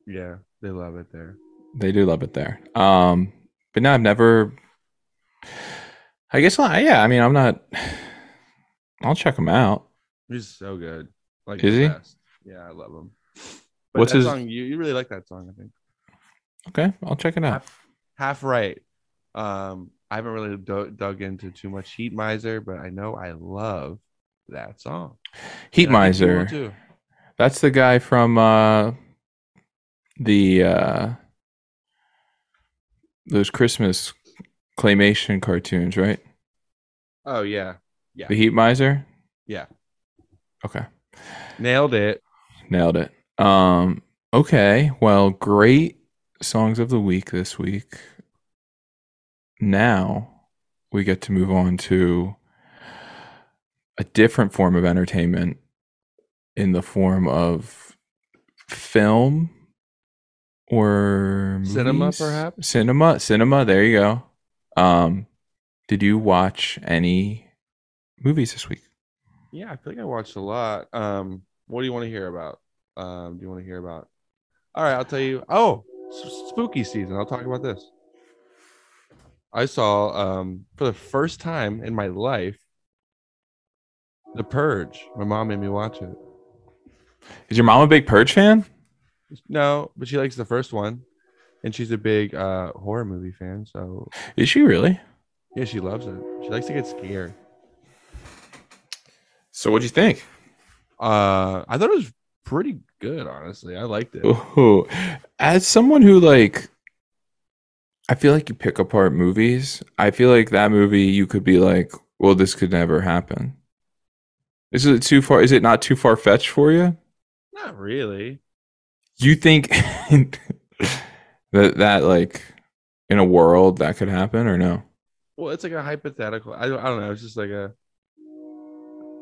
Yeah, they love it there. They do love it there. Um, but no, I've never. I guess I yeah. I mean, I'm not. I'll check him out. He's so good. Like Is the he? best. Yeah, I love him. But What's that his- song? You, you really like that song, I think. Okay, I'll check it out. Half, half right. Um, I haven't really do- dug into too much Heat Miser, but I know I love that song. Heat And I think you will Miser. too. That's the guy from uh, the uh, those Christmas claymation cartoons, right? Oh yeah, Yeah. The Heat Miser. Yeah. Okay, nailed it. nailed it. Um, okay, well, great songs of the week this week. Now we get to move on to a different form of entertainment in the form of film or Cinema, movies? perhaps? cinema cinema there you go um did you watch any movies this week Yeah, I feel like I watched a lot. Um, what do you want to hear about? Um, do you want to hear about? All right, I'll tell you. Oh, s- spooky season. I'll talk about this. I saw um for the first time in my life, The Purge. My mom made me watch it. is your mom a big purge fan No, but she likes the first one, and she's a big uh horror movie fan. So is she really yeah, she loves it. She likes to get scared. so what'd you think Uh, I thought it was pretty good, honestly. I liked it. Ooh. as someone who like i feel like you pick apart movies i feel like that movie you could be like well this could never happen is it too far is it not too far-fetched for you Not really. you think that that like in a world that could happen or no Well, it's like a hypothetical. I don't, I don't know. It's just like a.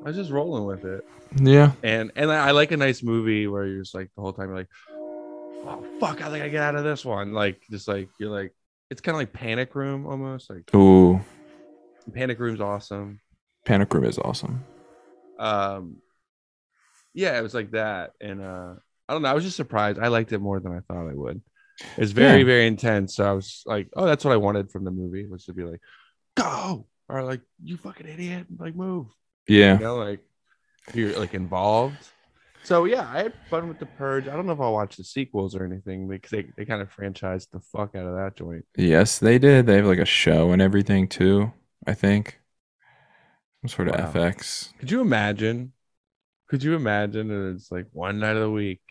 I was just rolling with it, yeah and and I, I like a nice movie where you're just like the whole time you're like, oh fuck, I think I get out of this one. Like just like you're like it's kind of like Panic Room almost. Like ooh Panic Room's awesome. panic room is awesome Um, yeah, it was like that, and uh, I don't know. I was just surprised. I liked it more than I thought I would. It's very Yeah. very intense. So I was like, oh, that's what I wanted from the movie was to be like, go or like you fucking idiot, like move. yeah you know, like you're like involved. So yeah, I had fun with the purge. I don't know if I'll watch the sequels or anything because they, they kind of franchised the fuck out of that joint. yes they did they have like a show and everything too i think some sort of Wow. fx Could you imagine? Could you imagine that it's like one night of the week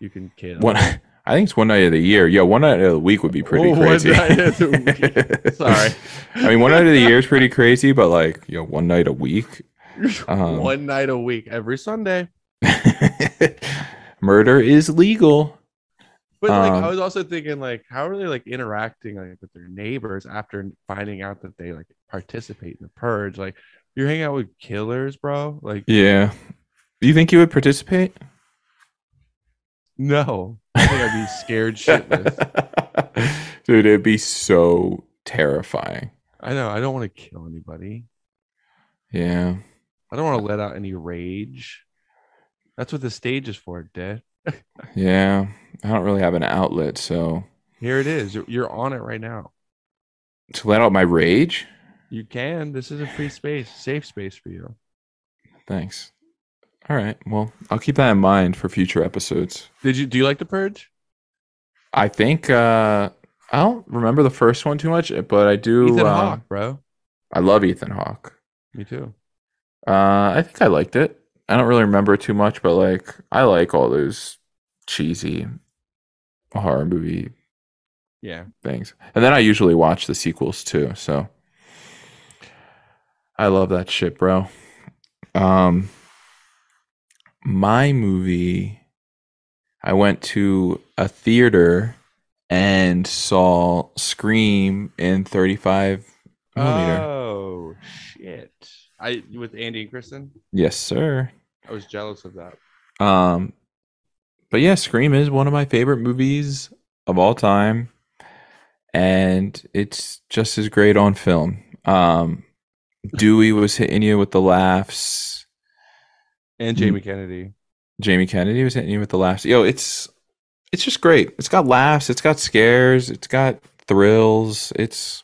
you can kid One, on? I think it's one night of the year. Yeah, one night of the week would be Oh, pretty one crazy. night of the Sorry. I mean, one night of the year is pretty crazy, but like, you know, one night a week. um, one night a week every Sunday. Murder is legal. But like I um, was also thinking like how are they like interacting like with their neighbors after finding out that they like participate in the purge? Like you're hanging out with killers, bro. Like Yeah. Do you think you would participate? No, I think I'd be scared shitless. Dude, it'd be so terrifying. I know. I don't want to kill anybody. Yeah. I don't want to let out any rage. That's what the stage is for, Dad. Yeah. I don't really have an outlet, so Here it is. You're- You're on it right now. to let out my rage. You can. This is a free space, safe space for you. Thanks. All right. Well, I'll keep that in mind for future episodes. Did you do you like the purge? I think uh, I don't remember the first one too much, but I do. Ethan uh, Hawke, bro. I love Ethan Hawke. Me too. Uh, I think I liked it. I don't really remember it too much, but like I like all those cheesy horror movie Yeah. things. And then I usually watch the sequels too, so I love that shit, bro. Um my movie I went to a theater and saw Scream in 35 millimeter. Oh shit! I with Andy and Kristen. yes, sir. I was jealous of that. Um, but yeah, Scream is one of my favorite movies of all time, and it's just as great on film. Um, Dewey was hitting you with the laughs. And Hmm. Jamie Kennedy. Jamie Kennedy was hitting you with the laughs. Yo, it's it's just great. It's got laughs. It's got scares. It's got thrills. It's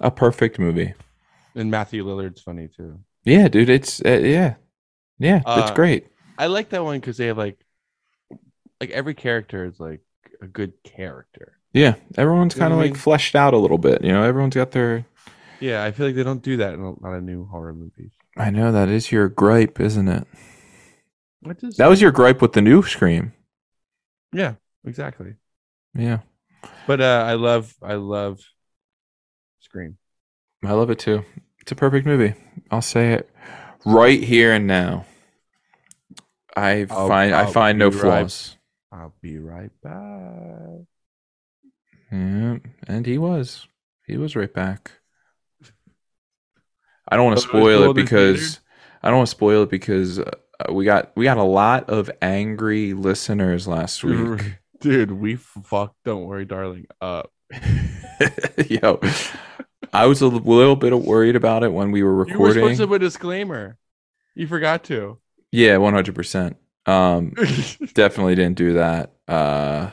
a perfect movie. And Matthew Lillard's funny too. Yeah, dude. It's uh, yeah, yeah. it's Uh, great. I like that one because they have like, like every character is like a good character. Yeah, everyone's you know kind of what I like mean? fleshed out a little bit. You know, everyone's got their Yeah, I feel like they don't do that in a lot of new horror movies. I know that is your gripe, isn't it? What does That was your gripe with the new Scream. Yeah, exactly. Yeah, But uh, I love, I love Scream. I love it too. It's a perfect movie. I'll say it right here and now. I I'll- find I I'll find no be right- flaws. I'll be right back. Yeah, and he was he was right back. I don't want Oh, to it was spoil it Golden because I don't want to spoil it because uh, we got we got a lot of angry listeners last week. Mm-hmm. Dude, we fucked. Don't worry, darling. Uh, Up. Yo, I was a little bit worried about it when we were You were recording. supposed to put a disclaimer. You forgot to. yeah, one hundred percent. Um, definitely didn't do that. Uh,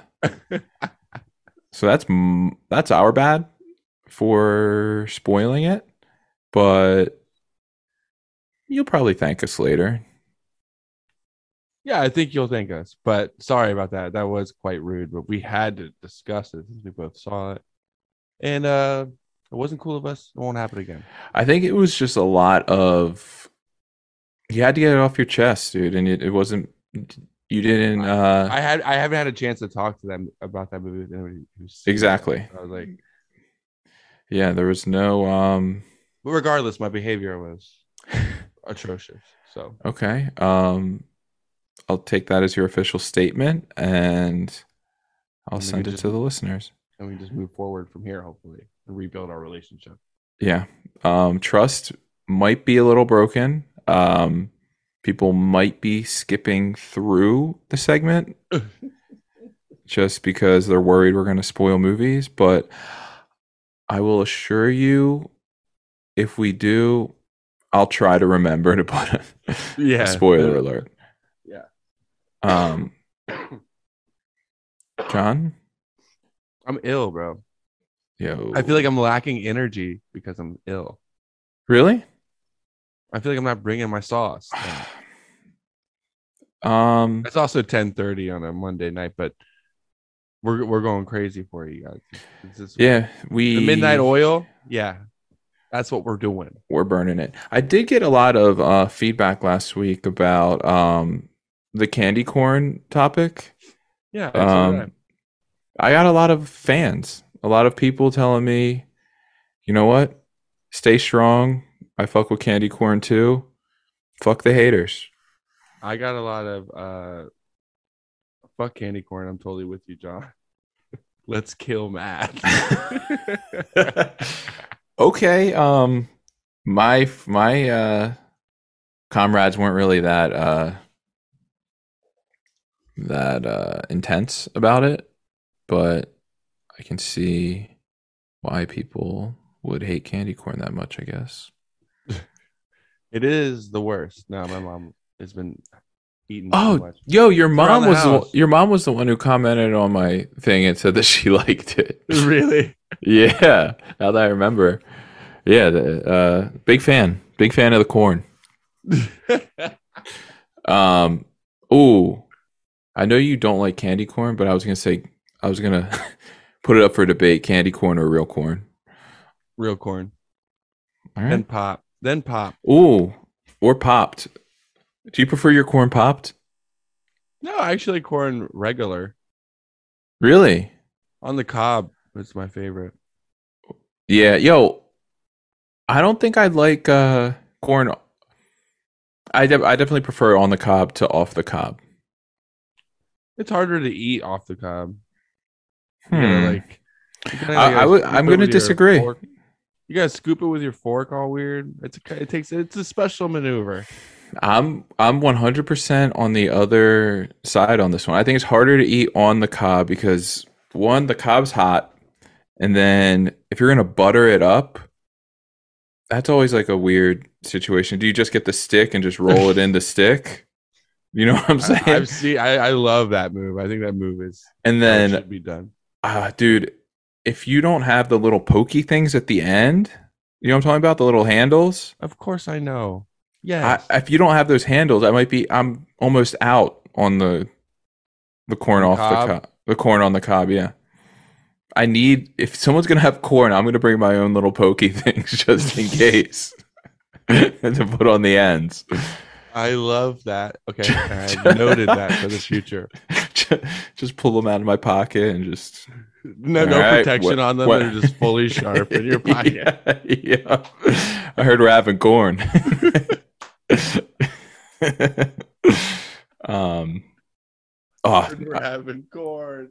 so that's m- that's our bad for spoiling it, but you'll probably thank us later. yeah, I think you'll thank us. But sorry about that. That was quite rude. But we had to discuss it since we both saw it, and uh it wasn't cool of us. It won't happen again. I think it was just a lot of you had to get it off your chest, dude, and it, it wasn't. You didn't. Uh, I had I haven't had a chance to talk to them about that movie with anybody who's seen it. exactly. I was like, Yeah, there was no um but regardless, my behavior was atrocious. So okay. Um I'll take that as your official statement and I'll And we send could it just- to the listeners. and we just move forward from here, hopefully, and rebuild our relationship. Yeah. Um trust might be a little broken. Um people might be skipping through the segment just because they're worried we're going to spoil movies, but I will assure you if we do, I'll try to remember to put a, Yeah. spoiler alert. Yeah. Um, John, I'm ill, bro. yo, I feel like I'm lacking energy because I'm ill. really. I feel like I'm not bringing my sauce. Um, It's also 10:30 on a Monday night, but we're we're going crazy for you guys. It's just- yeah, we the midnight oil. Yeah, that's what we're doing. We're burning it. I did get a lot of uh, feedback last week about um the candy corn topic. Yeah. Um, I got a lot of fans, a lot of people telling me, you know what, stay strong. I fuck with candy corn too. Fuck the haters. I got a lot of uh, fuck candy corn. I'm totally with you, John. Let's kill Matt. okay um my my uh comrades weren't really that uh that uh intense about it but i can see why people would hate candy corn that much i guess it is the worst. No, my mom has been eating. Oh, so much. yo your around mom the was the, house. your mom was the one who commented on my thing and said that she liked it really? yeah now that i remember yeah the, uh big fan big fan of the corn Um, ooh, I know you don't like candy corn, but I was gonna say I was gonna put it up for debate: candy corn or real corn. Real corn, All then right. pop, then pop. Ooh, or popped. Do you prefer your corn popped? No, I actually like corn regular. Really? On the cob, it's my favorite. Yeah. Yo, I don't think I like uh, corn. I de- I definitely prefer on the cob to off the cob. It's harder to eat off the cob. You Hmm. gotta, like, you kinda, I- like, I would- scoop I'm it gonna with your disagree. fork. You gotta scoop it with your fork, all weird. It's a, it takes it's a special maneuver. I'm I'm 100% on the other side on this one. I think it's harder to eat on the cob because one, the cob's hot, and then if you're gonna butter it up, that's always like a weird situation. Do you just get the stick and just roll it in the stick? You know what I'm saying? I, I've seen. I, I love that move. I think that move is and how it then, should be done. ah, dude, if you don't have the little pokey things at the end, you know what I'm talking about? The little handles. Of course, I know. I, Yes. if you don't have those handles, I might be. I'm almost out on the the corn The off cob? the cob. The corn on the cob. Yeah. I need if someone's gonna have corn, I'm gonna bring my own little pokey things just in case to put on the ends. I, love that. Okay, I noted that for the future. Ju- just pull them out of my pocket and just No, All no right, protection what- on them. what- They're just fully sharp in your pocket. yeah, yeah. I heard we're having corn. um. Oh, We're having corn.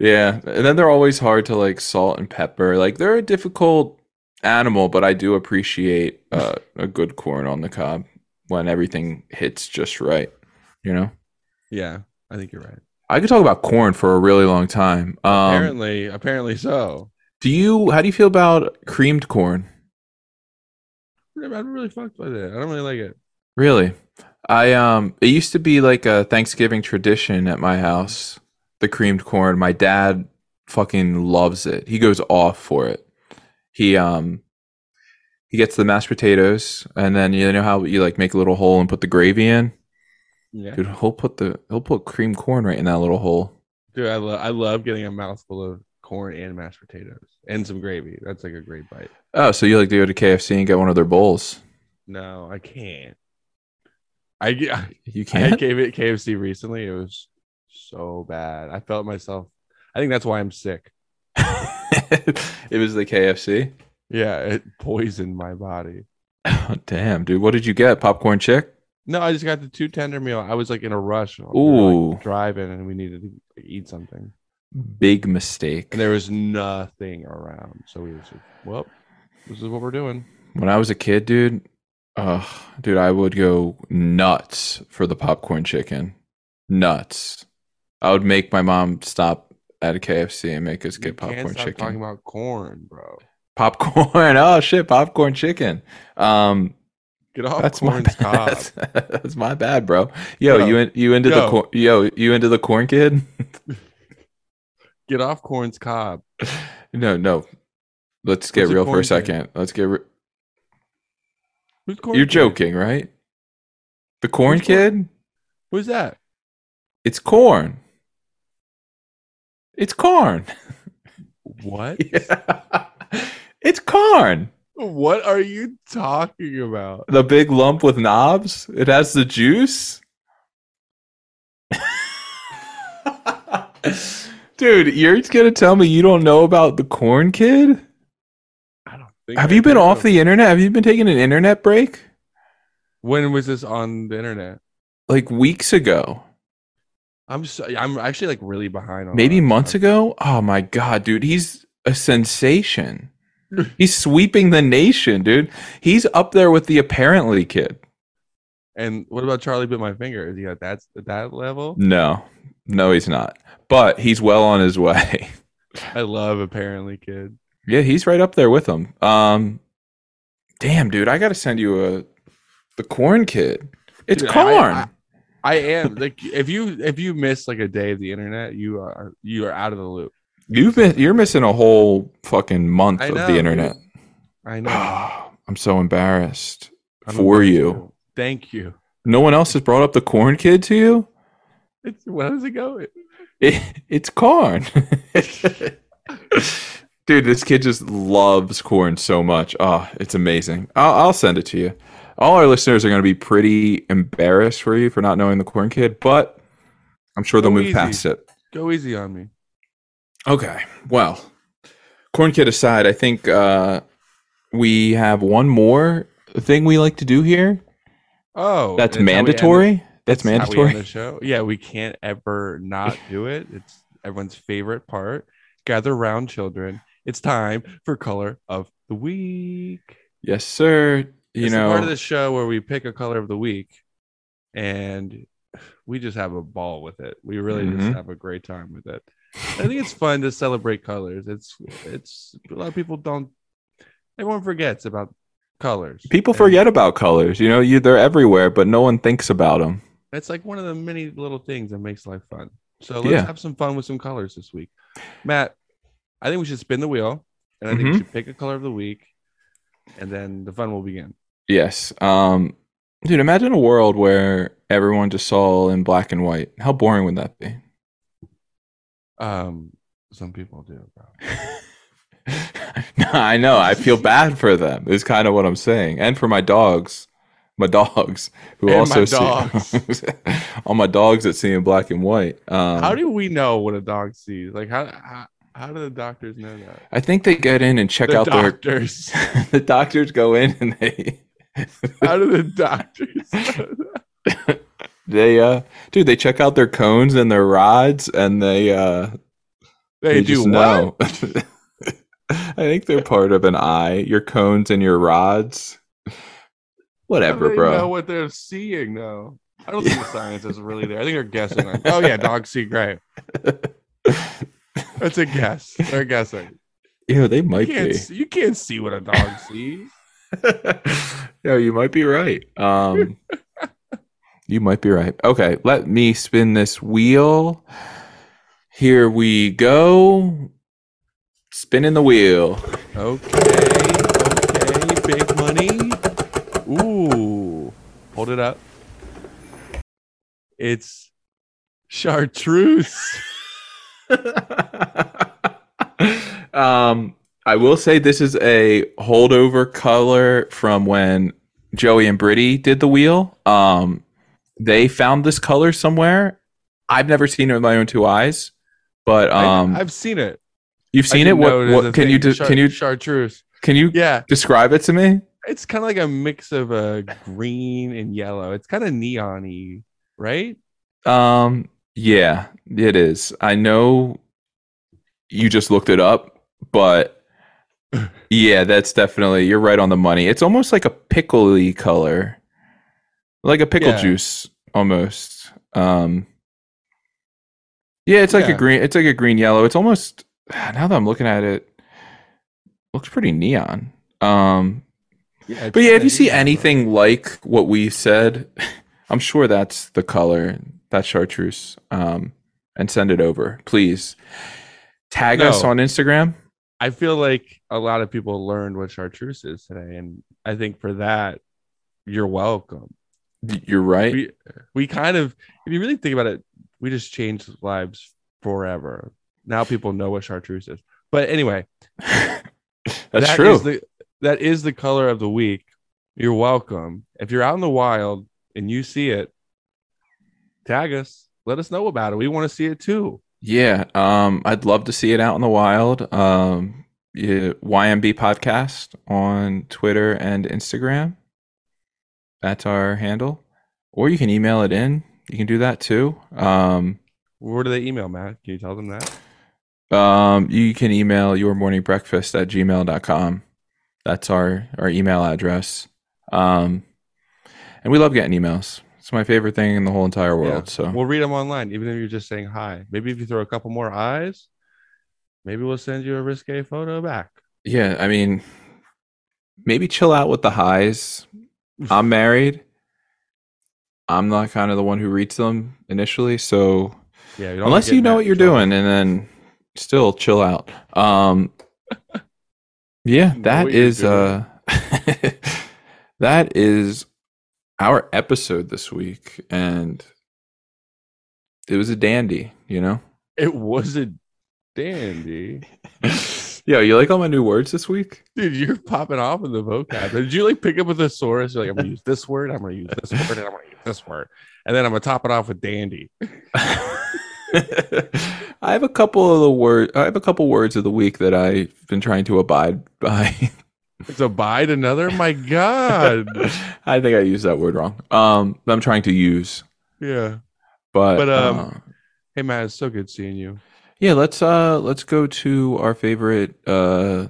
Yeah, and then they're always hard to like salt and pepper. Like they're a difficult animal, but I do appreciate uh, a good corn on the cob when everything hits just right. You know, Yeah, I think you're right. I could talk about corn for a really long time. Um, apparently, apparently so. do you? How do you feel about creamed corn? I'm really fucked by that. I don't really like it. Really, I um, it used to be like a Thanksgiving tradition at my house. The creamed corn. My dad fucking loves it. He goes off for it. He um he gets the mashed potatoes and then you know how you like make a little hole and put the gravy in? Yeah, Dude, he'll put the he'll put cream corn right in that little hole. dude, I love I love getting a mouthful of corn and mashed potatoes and some gravy. That's like a great bite. Oh, so you like to go to KFC and get one of their bowls. No, I can't. I g- You I can't? gave it KFC recently. It was so bad. I felt myself. I think that's why I'm sick. it was the KFC. Yeah, it poisoned my body. Oh, damn, dude. What did you get? Popcorn chick? No, I just got the two tender meal. I was like in a rush. We were, like, Ooh. driving, and we needed to eat something, Big mistake. and there was nothing around. So we was like, "Well, this is what we're doing." When I was a kid, dude, uh, dude, I would go nuts for the popcorn chicken. Nuts. I would make my mom stop at a KFC and make us You get popcorn stop Talking chicken. about corn, bro. Popcorn. Oh shit, popcorn chicken. Um Get off that's my corn's bad. cob. That's, that's my bad, bro. Yo, Yo. you in, you into Yo. the corn yo, you into the corn kid? Get off corn's cob. no, no. Let's get Who's a real for corn a kid? second. Let's get re- Who's corn? You're kid? joking, right? The corn Who's kid? corn? Who's that? It's corn. It's corn. What? It's corn. What are you talking about? The big lump with knobs. It has the juice. Dude, you're gonna tell me you don't know about the corn kid? I don't think. Have I you been do. off the internet? Have you been taking an internet break? When was this on the internet? Like weeks ago, I'm so, I'm actually like really behind on. maybe all that months stuff. ago. Oh my god, dude, he's a sensation. He's sweeping the nation, dude. He's up there with the apparently kid. And what about Charlie bit my finger? Is he at that at that level? No, no, he's not. But he's well on his way. I love apparently kid. yeah, he's right up there with him. Um, damn, dude, I gotta send you a the corn kid. It's Dude, I- corn. I- I am like if you if you miss like a day of the internet, you are you are out of the loop. You've been you're missing a whole fucking month I of know, the internet. dude. I know. I'm so embarrassed I'm for embarrassed you. too. Thank you. No one else has brought up the corn kid to you? It's where does it go? It, it's corn. Dude, this kid just loves corn so much. Oh, it's amazing. I'll, I'll send it to you. All our listeners are going to be pretty embarrassed for you for not knowing the corn kid, but I'm sure they'll Go move Oh, easy. past it. Go easy on me. Okay. Well, corn kid aside, I think uh, we have one more thing we like to do here. Oh, That's and how we end it. mandatory. That's how we end mandatory. the show. Yeah, we can't ever not do it. It's everyone's favorite part. Gather round, children. It's time for color of the week. Yes, sir. You It's the part of know, the show where we pick a color of the week, and we just have a ball with it. We really Mhm. just have a great time with it. I think it's fun to celebrate colors. It's it's a lot of people don't. Everyone forgets about colors. people And forget about colors. You know, you they're everywhere, but no one thinks about them. It's like one of the many little things that makes life fun. So let's Yeah. have some fun with some colors this week. Matt, I think we should spin the wheel and I think Mhm. we should pick a color of the week and then the fun will begin. Yes. Um, dude, imagine a world where everyone just saw in black and white. How boring would that be? Um some people do, bro. no, I know. I feel bad for them. Is kind of what I'm saying, and for my dogs, my dogs who And my also see all my dogs that see in black and white. Um, How do we know what a dog sees? Like how how, how do the doctors know that? I think they get in and check the out doctors. their. the doctors go in and they how do the doctors know that? they uh dude they check out their cones and their rods and they uh They, do just what? know. I think they're part of an eye. Your cones and your rods. How do Whatever, they bro. know what they're seeing though. I don't think the science is really there. I think they're guessing. Like, oh yeah, dogs see gray. That's a guess. They're guessing. Yeah, they You might can't, be. see, you can't see what a dog sees. yeah, you might be right. Um, you might be right. Okay, let me spin this wheel. Here we go. Spinning the wheel. Okay, okay, big money. Ooh, hold it up. It's chartreuse. um, I will say this is a holdover color from when Joey and Brittany did the wheel. Um, they found this color somewhere. I've never seen it with my own two eyes, but um, I, have seen it. you've I seen it. didn't know What, was what a can you thing. de- Char- can you chartreuse? can you Yeah, describe it to me? it's kind of like a mix of a green and yellow. It's kind of neon-y, right? Um, yeah, it is. I know you just looked it up, but yeah, that's definitely you're right on the money. It's almost like a pickly color, like a pickle Yeah. juice almost. Um, yeah, it's like Yeah. a green. It's like a green yellow. It's almost now that I'm looking at it, looks pretty neon. Um, Yeah, but yeah, if you see anything like what we said, I'm sure that's the color, that's chartreuse. Um, and send it over, please. Tag us No. on Instagram. I feel like a lot of people learned what chartreuse is today, and I think for that, you're welcome. Y- You're right. We we kind of, if you really think about it, we just changed lives forever. Now people know what chartreuse is. But anyway, that's that true. is the, that is the color of the week. You're welcome. If you're out in the wild and you see it, tag us. Let us know about it. We want to see it too. yeah. Um, I'd love to see it out in the wild. Um, yeah, YMB podcast on Twitter and Instagram. That's our handle. Or you can email it in. You can do that too. Um, Where do they email, Matt? Can you tell them that? Um, you can email your morning breakfast at gmail.com. That's our, our email address. Um, and we love getting emails. It's my favorite thing in the whole entire world. Yeah. So we'll read them online, even if you're just saying hi. Maybe if you throw a couple more eyes, maybe we'll send you a risque photo back. yeah, I mean, maybe chill out with the highs. I'm married. I'm not kind of the one who reads them initially. So Yeah, don't unless get you know mad what you're control. doing and then still chill out um yeah Know that what you're is doing. uh that is our episode this week, and it was a dandy, you know? It was a dandy. Yo, you like all my new words this week? Dude, you're popping off with the vocab. Did you like pick up a thesaurus? You're like, I'm gonna use this word, I'm gonna use this word, and I'm gonna use this word. And then I'm gonna top it off with dandy. I have a couple of the word. I have a couple words of the week that I've been trying to abide by. It's abide another? My God. I think I used that word wrong. Um, I'm trying to use, Yeah. but But, um, uh, Hey Matt, it's so good seeing you. yeah, let's uh let's go to our favorite uh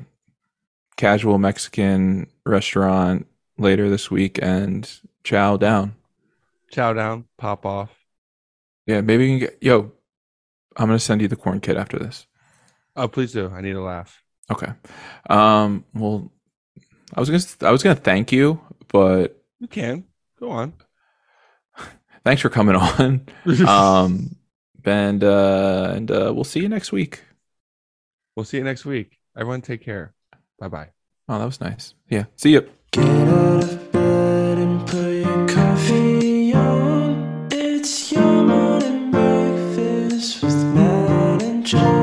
casual Mexican restaurant later this week and chow down. Chow down, pop off. Yeah, maybe you can get yo. I'm gonna send you the corn kit after this. Oh, please do. I need a laugh. Okay. Um. Well, I was gonna I was gonna thank you, but You can. Go on. thanks for coming on. Um. And uh, and uh, we'll see you next week. we'll see you next week. Everyone take care. Bye bye. Oh, that was nice. Yeah. See you. Get out of bed and put your coffee on. It's your morning breakfast with Matt and John.